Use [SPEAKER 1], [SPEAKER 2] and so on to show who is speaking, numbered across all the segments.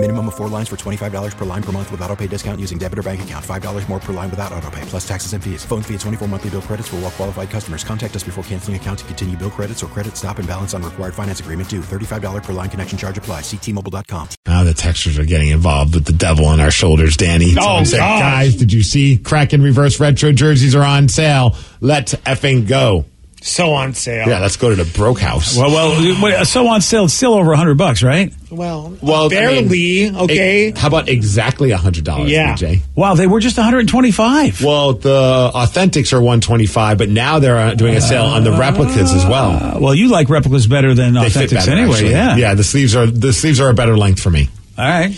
[SPEAKER 1] Minimum of four lines for $25 per line per month with auto pay discount using debit or bank account. $5 more per line without auto pay, plus taxes and fees. Phone fee at 24 monthly bill credits for all well qualified customers. Contact us before canceling account to continue bill credits or credit stop and balance on required finance agreement due. $35 per line connection charge apply. Ctmobile.com.
[SPEAKER 2] Now the textures are getting involved with the devil on our shoulders, Danny. That's
[SPEAKER 3] Oh,
[SPEAKER 2] what I'm saying.
[SPEAKER 3] gosh.
[SPEAKER 2] guys, did you see Kraken reverse retro jerseys are on sale? Let's effing go.
[SPEAKER 3] So on sale.
[SPEAKER 2] Yeah, let's go to the broke house.
[SPEAKER 4] Well, well, wait, so on sale, it's still over hundred bucks, right?
[SPEAKER 3] Well,
[SPEAKER 2] Well, I
[SPEAKER 3] barely.
[SPEAKER 2] mean,
[SPEAKER 3] okay.
[SPEAKER 2] e- how about exactly hundred dollars?
[SPEAKER 3] Yeah.
[SPEAKER 2] DJ?
[SPEAKER 4] Wow, they were just one hundred and twenty-five.
[SPEAKER 2] Well, the authentics are one twenty five, but now they're uh, doing a sale on the replicas as well.
[SPEAKER 4] Uh, Well, you like replicas better than
[SPEAKER 2] They fit
[SPEAKER 4] authentics,
[SPEAKER 2] better,
[SPEAKER 4] anyway.
[SPEAKER 2] actually.
[SPEAKER 4] Yeah.
[SPEAKER 2] yeah. The sleeves are the sleeves are a better length for me.
[SPEAKER 4] All right.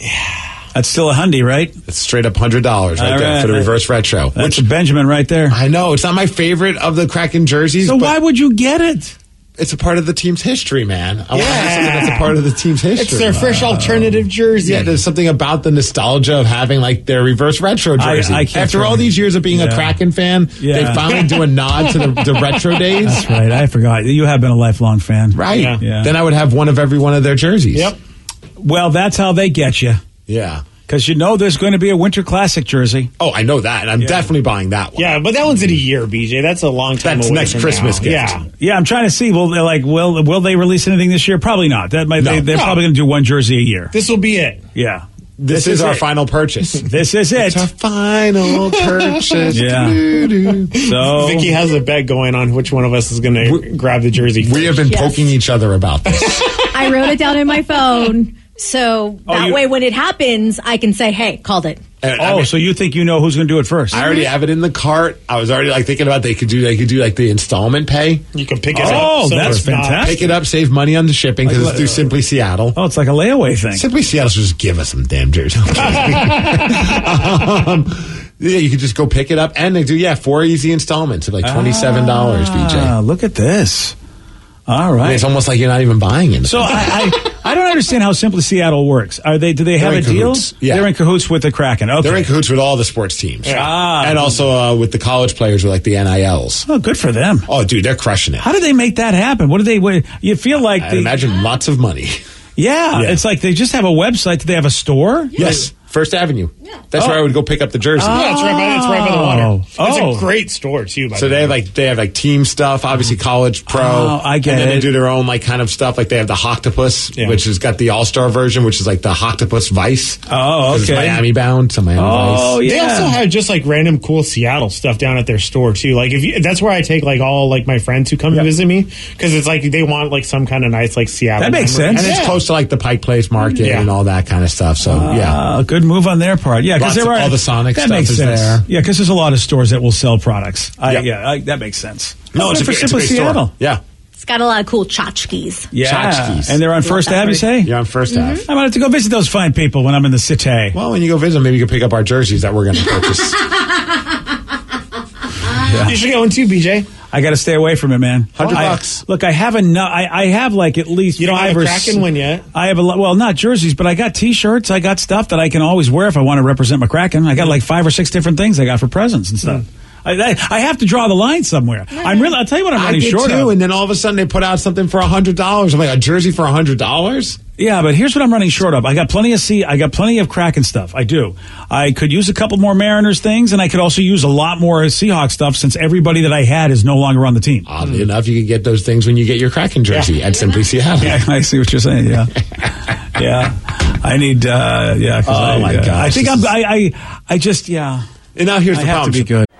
[SPEAKER 4] That's still a hundy, right?
[SPEAKER 2] It's straight up hundred dollars right
[SPEAKER 4] All
[SPEAKER 2] there for the
[SPEAKER 4] right.
[SPEAKER 2] reverse retro.
[SPEAKER 4] That's
[SPEAKER 2] Which
[SPEAKER 4] a Benjamin right there.
[SPEAKER 2] I know it's not my favorite of the Kraken jerseys.
[SPEAKER 4] So
[SPEAKER 2] but
[SPEAKER 4] why would you get it?
[SPEAKER 2] it's a part of the team's history, man. I want to do
[SPEAKER 3] Yeah.
[SPEAKER 2] something that's a part of the team's history.
[SPEAKER 3] It's their fresh alternative jersey.
[SPEAKER 2] Yeah, there's something about the nostalgia of having like their reverse retro
[SPEAKER 4] I-
[SPEAKER 2] jersey.
[SPEAKER 4] I can't
[SPEAKER 2] After all
[SPEAKER 4] find-
[SPEAKER 2] these years of being a
[SPEAKER 4] Yeah.
[SPEAKER 2] Kraken fan, they
[SPEAKER 4] Yeah.
[SPEAKER 2] finally do a nod to the, the retro days.
[SPEAKER 4] That's right. I forgot. You have been a lifelong fan,
[SPEAKER 2] Right.
[SPEAKER 3] Yeah.
[SPEAKER 4] Yeah.
[SPEAKER 2] Then I would have one of every one of their jerseys.
[SPEAKER 3] Yep.
[SPEAKER 4] Well, that's how they get you
[SPEAKER 2] Yeah.
[SPEAKER 4] because you know there's going to be a winter classic jersey.
[SPEAKER 2] Oh, I know that, and I'm definitely buying that one.
[SPEAKER 3] Yeah, but that one's in a year, BJ. That's a long time.
[SPEAKER 2] That's
[SPEAKER 3] away
[SPEAKER 2] next
[SPEAKER 3] from
[SPEAKER 2] Christmas
[SPEAKER 3] now.
[SPEAKER 2] gift.
[SPEAKER 3] Yeah.
[SPEAKER 4] Yeah, I'm trying to see. Will they like will will they release anything this year? Probably not. That might,
[SPEAKER 2] No.
[SPEAKER 4] they, they're
[SPEAKER 2] No.
[SPEAKER 4] probably going to do one jersey a year.
[SPEAKER 3] This will be it.
[SPEAKER 4] Yeah,
[SPEAKER 2] This, is,
[SPEAKER 3] is
[SPEAKER 2] our
[SPEAKER 3] it.
[SPEAKER 2] final purchase.
[SPEAKER 4] this is it.
[SPEAKER 2] it's our final purchase.
[SPEAKER 4] Yeah.
[SPEAKER 2] Doo-doo.
[SPEAKER 4] So
[SPEAKER 3] Vicky has a bet going on which one of us is going to grab the jersey.
[SPEAKER 2] Oh. We have been poking each other about this.
[SPEAKER 5] I wrote it down in my phone. So
[SPEAKER 4] Oh,
[SPEAKER 5] that
[SPEAKER 4] you-
[SPEAKER 5] way, when it happens, I can say, hey, called it.
[SPEAKER 2] And, Uh, I
[SPEAKER 4] oh,
[SPEAKER 2] mean,
[SPEAKER 4] so you think you know who's going to do it first?
[SPEAKER 2] I already have it in the cart. I was already like thinking about they could do they could do like the installment pay.
[SPEAKER 3] You can pick it up.
[SPEAKER 4] Oh,
[SPEAKER 3] so
[SPEAKER 4] that's
[SPEAKER 3] it's not-
[SPEAKER 4] fantastic.
[SPEAKER 2] Pick it up, save money on the shipping because it's through Simply Seattle.
[SPEAKER 4] oh, it's like a layaway thing.
[SPEAKER 2] Simply Seattle should just give us some damn jerseys. I'm kidding. um, yeah, you could just go pick it up, and they do yeah four easy installments of like twenty seven dollars.
[SPEAKER 4] Ah,
[SPEAKER 2] BJ,
[SPEAKER 4] look at this. All
[SPEAKER 2] I mean,
[SPEAKER 4] right.
[SPEAKER 2] it's almost like you're not even buying it.
[SPEAKER 4] So I, I, I don't understand how Simply Seattle works. Are they? Do they have
[SPEAKER 2] They're in
[SPEAKER 4] a deal?
[SPEAKER 2] cahoots. Yeah.
[SPEAKER 4] They're in cahoots with the Kraken. Okay.
[SPEAKER 2] they're in cahoots with all the sports teams,
[SPEAKER 4] Ah.
[SPEAKER 2] and also uh, with the college players with like the NILs.
[SPEAKER 4] oh, good for them.
[SPEAKER 2] Oh, dude, they're crushing it.
[SPEAKER 4] How do they make that happen? What do they? What, you feel like
[SPEAKER 2] I'd
[SPEAKER 4] they,
[SPEAKER 2] imagine lots of money.
[SPEAKER 4] yeah,
[SPEAKER 2] Yeah.
[SPEAKER 4] It's like they just have a website. Do they have a store?
[SPEAKER 2] Yes, First Avenue. That's where I would go pick up the jersey.
[SPEAKER 3] Yeah, it's right by, it's right by the
[SPEAKER 4] Oh.
[SPEAKER 3] water. It's
[SPEAKER 4] Oh.
[SPEAKER 3] a great store too. By
[SPEAKER 2] So
[SPEAKER 3] the
[SPEAKER 2] they
[SPEAKER 3] way.
[SPEAKER 2] have like they have like team stuff, obviously college pro.
[SPEAKER 4] Mm-hmm. Oh, I get
[SPEAKER 2] And then they
[SPEAKER 4] it.
[SPEAKER 2] do their own like kind of stuff. Like they have the Hoctopus,
[SPEAKER 3] Yeah.
[SPEAKER 2] which has got the All Star version, which is like the Hoctopus Vice.
[SPEAKER 4] Oh,
[SPEAKER 2] 'Cause It's
[SPEAKER 4] okay.
[SPEAKER 2] Miami bound, so Miami
[SPEAKER 4] Oh,
[SPEAKER 2] Vice.
[SPEAKER 4] yeah.
[SPEAKER 3] They also have just like random cool Seattle stuff down at their store too. Like if you, that's where I take like all like my friends who come to visit me because it's like they want like some kind of nice like Seattle.
[SPEAKER 4] That makes
[SPEAKER 3] memory.
[SPEAKER 2] And
[SPEAKER 4] sense.
[SPEAKER 2] it's
[SPEAKER 3] Yeah.
[SPEAKER 2] close to like the Pike Place Market
[SPEAKER 3] Yeah.
[SPEAKER 2] and all that kind of stuff. So yeah,
[SPEAKER 4] Ah, good move on their part. Yeah,
[SPEAKER 2] Lots
[SPEAKER 4] because there
[SPEAKER 2] of-
[SPEAKER 4] are
[SPEAKER 2] all the Sonic
[SPEAKER 4] that
[SPEAKER 2] stuff
[SPEAKER 4] makes
[SPEAKER 2] is
[SPEAKER 4] sense.
[SPEAKER 2] there.
[SPEAKER 4] Yeah, because there's a lot of stores that will sell products. I,
[SPEAKER 2] Yep.
[SPEAKER 4] Yeah, I, that makes sense.
[SPEAKER 2] no, it's a,
[SPEAKER 4] Good for
[SPEAKER 2] great- it's a
[SPEAKER 4] Simply
[SPEAKER 2] great store.
[SPEAKER 4] Seattle.
[SPEAKER 2] Yeah,
[SPEAKER 5] It's got a lot of cool tchotchkes.
[SPEAKER 4] Yeah,
[SPEAKER 2] Tchotchkes.
[SPEAKER 4] and they're on Mm-hmm. First
[SPEAKER 5] that
[SPEAKER 4] Ave. You
[SPEAKER 5] word.
[SPEAKER 4] say?
[SPEAKER 2] you're on 1st half.
[SPEAKER 4] I'm gonna have to go visit those fine people when I'm in the city.
[SPEAKER 2] Well, when you go visit, them, maybe you can pick up our jerseys that we're going to purchase.
[SPEAKER 3] You should go in too, BJ.
[SPEAKER 4] I got to stay away from it, man.
[SPEAKER 2] 100
[SPEAKER 4] I-
[SPEAKER 2] bucks.
[SPEAKER 4] Look, I have enough. I, I have like at least.
[SPEAKER 3] You don't
[SPEAKER 4] five
[SPEAKER 3] have a
[SPEAKER 4] or
[SPEAKER 3] Kraken
[SPEAKER 4] s-
[SPEAKER 3] one yet?
[SPEAKER 4] I have a lot. Well, not jerseys, but I got T-shirts. I got stuff that I can always wear if I want to represent my Kraken. I got like five or six different things I got for presents and
[SPEAKER 2] Hmm.
[SPEAKER 4] stuff. I, I, I have to draw the line somewhere. I'm really. I'll tell you what I'm
[SPEAKER 2] I
[SPEAKER 4] running
[SPEAKER 2] did
[SPEAKER 4] short
[SPEAKER 2] too,
[SPEAKER 4] of.
[SPEAKER 2] and then all of a sudden they put out something for hundred dollars. I'm like a jersey for hundred dollars.
[SPEAKER 4] Yeah, but here's what I'm running short of. I got plenty of sea. I got plenty of Kraken stuff. I do. I could use a couple more Mariners things, and I could also use a lot more Seahawks stuff since everybody that I had is no longer on the team.
[SPEAKER 2] Oddly enough, you can get those things when you get your Kraken jersey at Simply Seattle.
[SPEAKER 4] Yeah, I see what you're saying. Yeah, yeah. I need. Uh, yeah. 'cause
[SPEAKER 2] Oh,
[SPEAKER 4] I,
[SPEAKER 2] my
[SPEAKER 4] yeah.
[SPEAKER 2] gosh,
[SPEAKER 4] I think
[SPEAKER 2] this
[SPEAKER 4] I'm.
[SPEAKER 2] is-
[SPEAKER 4] I, I. I just. Yeah.
[SPEAKER 2] And now here's
[SPEAKER 4] I
[SPEAKER 2] the
[SPEAKER 4] have to
[SPEAKER 2] problem.
[SPEAKER 4] be good.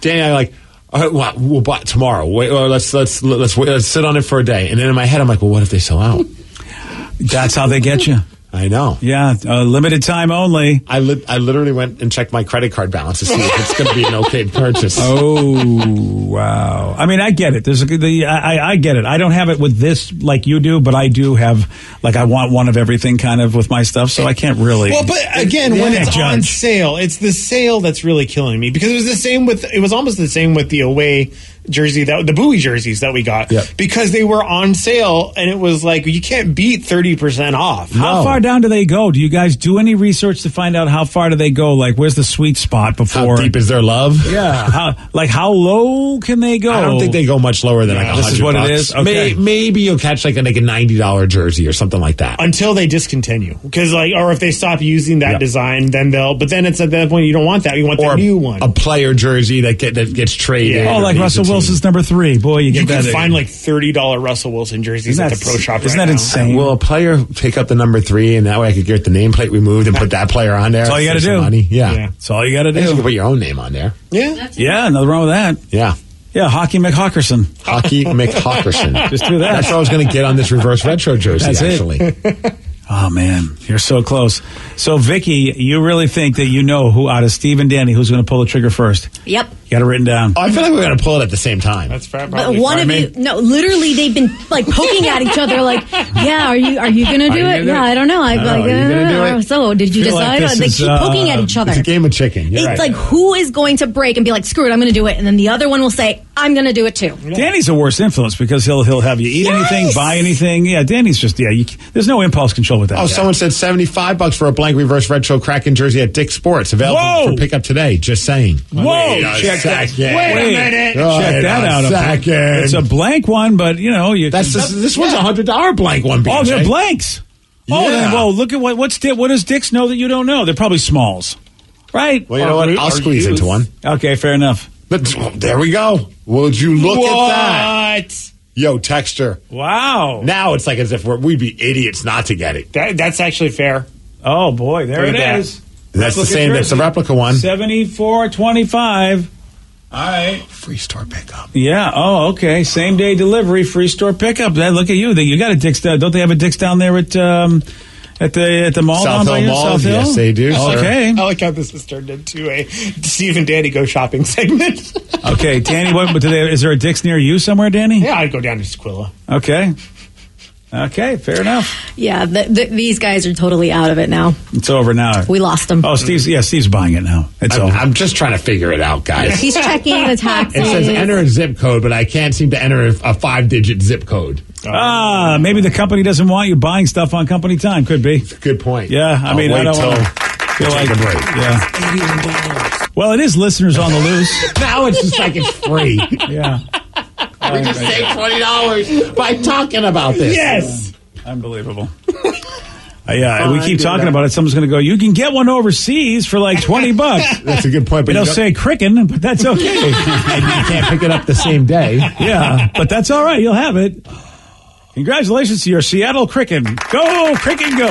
[SPEAKER 2] Danny, I like. All right, well, we'll buy it tomorrow. Wait, well, let's let's let's wait, let's sit on it for a day. And then in my head, I'm like, well, what if they sell out?
[SPEAKER 4] That's how they get you.
[SPEAKER 2] I know.
[SPEAKER 4] Yeah, uh, limited time only.
[SPEAKER 2] I li- I literally went and checked my credit card balance to see if it's going to be an okay purchase.
[SPEAKER 4] Oh wow! I mean, I get it. There's a, the I, I- I get it. I don't have it with this like you do, but I do have like I want one of everything kind of with my stuff, so I can't really.
[SPEAKER 3] Well, but again,
[SPEAKER 4] Yeah,
[SPEAKER 3] when it's on
[SPEAKER 4] judge.
[SPEAKER 3] sale, it's the sale that's really killing me because it was the same with it was almost the same with the away jersey that the Bowie jerseys that we got
[SPEAKER 2] Yeah.
[SPEAKER 3] because they were on sale and it was like you can't beat thirty percent off.
[SPEAKER 4] How far down do they go? Do you guys do any research to find out how far do they go? Like, where's the sweet spot
[SPEAKER 2] How
[SPEAKER 4] before?
[SPEAKER 2] deep is their love?
[SPEAKER 4] yeah, how like how low can they go?
[SPEAKER 2] I don't think they go much lower than like
[SPEAKER 4] Yeah.
[SPEAKER 2] like
[SPEAKER 4] This is what it is?
[SPEAKER 2] May,
[SPEAKER 4] Okay.
[SPEAKER 2] maybe you'll catch like a, like a ninety dollar jersey or something like that.
[SPEAKER 3] until they discontinue because like or if they stop using that
[SPEAKER 2] Yeah.
[SPEAKER 3] design then they'll but then it's at that point you don't want that you want
[SPEAKER 2] or
[SPEAKER 3] the
[SPEAKER 2] a,
[SPEAKER 3] new one
[SPEAKER 2] a player jersey that get that gets traded.
[SPEAKER 3] Yeah.
[SPEAKER 4] Oh,
[SPEAKER 2] or
[SPEAKER 4] like
[SPEAKER 2] leaves
[SPEAKER 4] Russell
[SPEAKER 2] the team.
[SPEAKER 4] Wilson's number three. Boy, you,
[SPEAKER 3] you
[SPEAKER 4] get
[SPEAKER 3] can
[SPEAKER 4] that.
[SPEAKER 3] find like $30 russell wilson jerseys
[SPEAKER 4] Isn't
[SPEAKER 3] at the
[SPEAKER 4] that-
[SPEAKER 3] pro shop
[SPEAKER 4] isn't
[SPEAKER 3] right
[SPEAKER 4] that
[SPEAKER 3] now.
[SPEAKER 4] insane?
[SPEAKER 2] Will a player pick up the number three, and that way I could get the nameplate removed and put that player on there?
[SPEAKER 4] That's all you
[SPEAKER 2] Save
[SPEAKER 4] gotta
[SPEAKER 2] some
[SPEAKER 4] do.
[SPEAKER 2] Money. Yeah.
[SPEAKER 3] Yeah.
[SPEAKER 4] That's all you got to
[SPEAKER 2] I guess you could
[SPEAKER 4] do.
[SPEAKER 2] put your own name on there.
[SPEAKER 3] yeah
[SPEAKER 4] Yeah, nothing wrong with that.
[SPEAKER 2] Yeah.
[SPEAKER 4] Yeah, hockey McHawkerson.
[SPEAKER 2] Hockey McHawkerson.
[SPEAKER 4] Just do that.
[SPEAKER 2] That's what I was going to get on this reverse retro jersey,
[SPEAKER 4] That's it.
[SPEAKER 2] actually.
[SPEAKER 4] Oh man, you're so close. So Vicky, you really think that you know who out of Steve and Danny who's going to pull the trigger first?
[SPEAKER 5] Yep.
[SPEAKER 4] You got it written down.
[SPEAKER 2] Oh, I feel like we're going to pull it at the same time.
[SPEAKER 3] that's fair
[SPEAKER 5] But one of you, no, literally, they've been like poking at each other, like, "Yeah, are you are you gonna do
[SPEAKER 2] you
[SPEAKER 5] it?
[SPEAKER 2] gonna do
[SPEAKER 5] Yeah,
[SPEAKER 2] it?
[SPEAKER 5] I don't know. I
[SPEAKER 2] I don't know.
[SPEAKER 5] like,
[SPEAKER 2] Are you gonna do
[SPEAKER 5] uh,
[SPEAKER 2] it?
[SPEAKER 5] so did you
[SPEAKER 4] Feel like
[SPEAKER 5] decide?
[SPEAKER 4] this
[SPEAKER 5] they
[SPEAKER 4] is,
[SPEAKER 5] keep poking at
[SPEAKER 4] uh,
[SPEAKER 5] each other.
[SPEAKER 2] It's a game of chicken. You're
[SPEAKER 5] It's
[SPEAKER 2] right.
[SPEAKER 5] like who is going to break and be like, "Screw it, I'm gonna do it," and then the other one will say, "I'm gonna do it too."
[SPEAKER 4] Danny's the worst influence because he'll he'll have you eat
[SPEAKER 5] Yes!
[SPEAKER 4] anything, buy anything. Yeah, Danny's just yeah. You, c- there's no impulse control with that.
[SPEAKER 2] Oh,
[SPEAKER 4] guy.
[SPEAKER 2] someone said seventy-five bucks for a blank reverse retro Kraken jersey at Dick Sports, available
[SPEAKER 4] Whoa.
[SPEAKER 2] for pickup today. Just saying.
[SPEAKER 4] Whoa! check that.
[SPEAKER 2] second.
[SPEAKER 4] Wait,
[SPEAKER 2] Wait
[SPEAKER 4] Check that
[SPEAKER 2] a
[SPEAKER 4] out.
[SPEAKER 2] second.
[SPEAKER 4] It's a blank one, but you know you.
[SPEAKER 2] That's this, this one's a hundred dollar blank one.
[SPEAKER 4] oh,
[SPEAKER 2] BJ.
[SPEAKER 4] they're blanks. Oh,
[SPEAKER 2] Yeah.
[SPEAKER 4] then, well, look at what what's Dick, what does Dick's know that you don't know? They're probably smalls, right?
[SPEAKER 2] Well, you know what? I'll squeeze into one.
[SPEAKER 4] Okay, fair enough.
[SPEAKER 2] But there we go. Would you look
[SPEAKER 3] what
[SPEAKER 2] at that? Yo, texture.
[SPEAKER 4] Wow.
[SPEAKER 2] Now it's like as if we're, we'd be idiots not to get it.
[SPEAKER 3] That, that's actually fair
[SPEAKER 4] Oh boy, there
[SPEAKER 3] Look
[SPEAKER 4] it
[SPEAKER 3] at that.
[SPEAKER 4] is.
[SPEAKER 2] That's the
[SPEAKER 4] Replica
[SPEAKER 2] same. That's the
[SPEAKER 4] jersey.
[SPEAKER 2] replica one.
[SPEAKER 4] Seventy-four twenty-five. All right.
[SPEAKER 2] Free store pickup.
[SPEAKER 4] Yeah. Oh, okay. Same day delivery, free store pickup. That, look at you. They, you got a Dick's. Uh, don't they have a Dick's down there at um, at the at the mall?
[SPEAKER 2] South
[SPEAKER 4] down by
[SPEAKER 2] Hill
[SPEAKER 4] you?
[SPEAKER 2] Mall.
[SPEAKER 4] South Hill?
[SPEAKER 2] Yes, they do, sir.
[SPEAKER 4] Okay.
[SPEAKER 3] i like how this has turned into a steve and danny go shopping segment
[SPEAKER 4] Okay, Danny. What? Do they, is there a Dick's near you somewhere, Danny?
[SPEAKER 3] yeah i'd go down to sequilla
[SPEAKER 4] Okay. Okay. Fair enough.
[SPEAKER 5] Yeah, th- th- these guys are totally out of it now.
[SPEAKER 4] It's over now.
[SPEAKER 5] We lost them.
[SPEAKER 4] Oh, Steve's. Yeah, Steve's buying it now. It's
[SPEAKER 2] I'm,
[SPEAKER 4] over.
[SPEAKER 2] I'm just trying to figure it out, guys.
[SPEAKER 5] He's checking the taxes.
[SPEAKER 2] It says enter a zip code, but I can't seem to enter a, a five digit zip code.
[SPEAKER 4] ah, maybe the company doesn't want you buying stuff on company time. Could be.
[SPEAKER 2] Good point.
[SPEAKER 4] Yeah, I
[SPEAKER 2] I'll
[SPEAKER 4] mean,
[SPEAKER 2] wait
[SPEAKER 4] I don't
[SPEAKER 2] till
[SPEAKER 4] wanna
[SPEAKER 2] we
[SPEAKER 4] feel
[SPEAKER 2] take
[SPEAKER 4] like-
[SPEAKER 2] a break.
[SPEAKER 4] Yeah. Well, it is listeners on the loose.
[SPEAKER 2] Now it's just like it's free.
[SPEAKER 4] Yeah.
[SPEAKER 2] we just saved twenty dollars by talking about this.
[SPEAKER 3] yes
[SPEAKER 4] Unbelievable. Uh, yeah, we keep talking about it. Someone's going to go, you can get one overseas for like 20 bucks.
[SPEAKER 2] that's a good point. But
[SPEAKER 4] It'll
[SPEAKER 2] you don't-
[SPEAKER 4] say Cricken, but that's okay.
[SPEAKER 2] and you can't pick it up the same day.
[SPEAKER 4] yeah, but that's all right. You'll have it. Congratulations to your Seattle Cricken. Go, Cricken, go.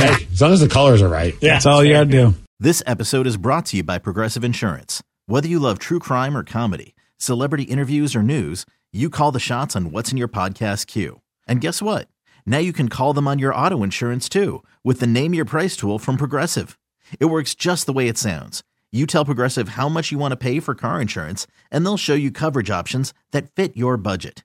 [SPEAKER 4] Yeah,
[SPEAKER 2] As long as the colors are right.
[SPEAKER 3] yeah
[SPEAKER 4] that's all you got to do.
[SPEAKER 6] This episode is brought to you by Progressive Insurance. Whether you love true crime or comedy, celebrity interviews or news, you call the shots on what's in your podcast queue. And guess what? Now you can call them on your auto insurance too with the Name Your Price tool from Progressive. It works just the way it sounds. You tell Progressive how much you want to pay for car insurance, and they'll show you coverage options that fit your budget.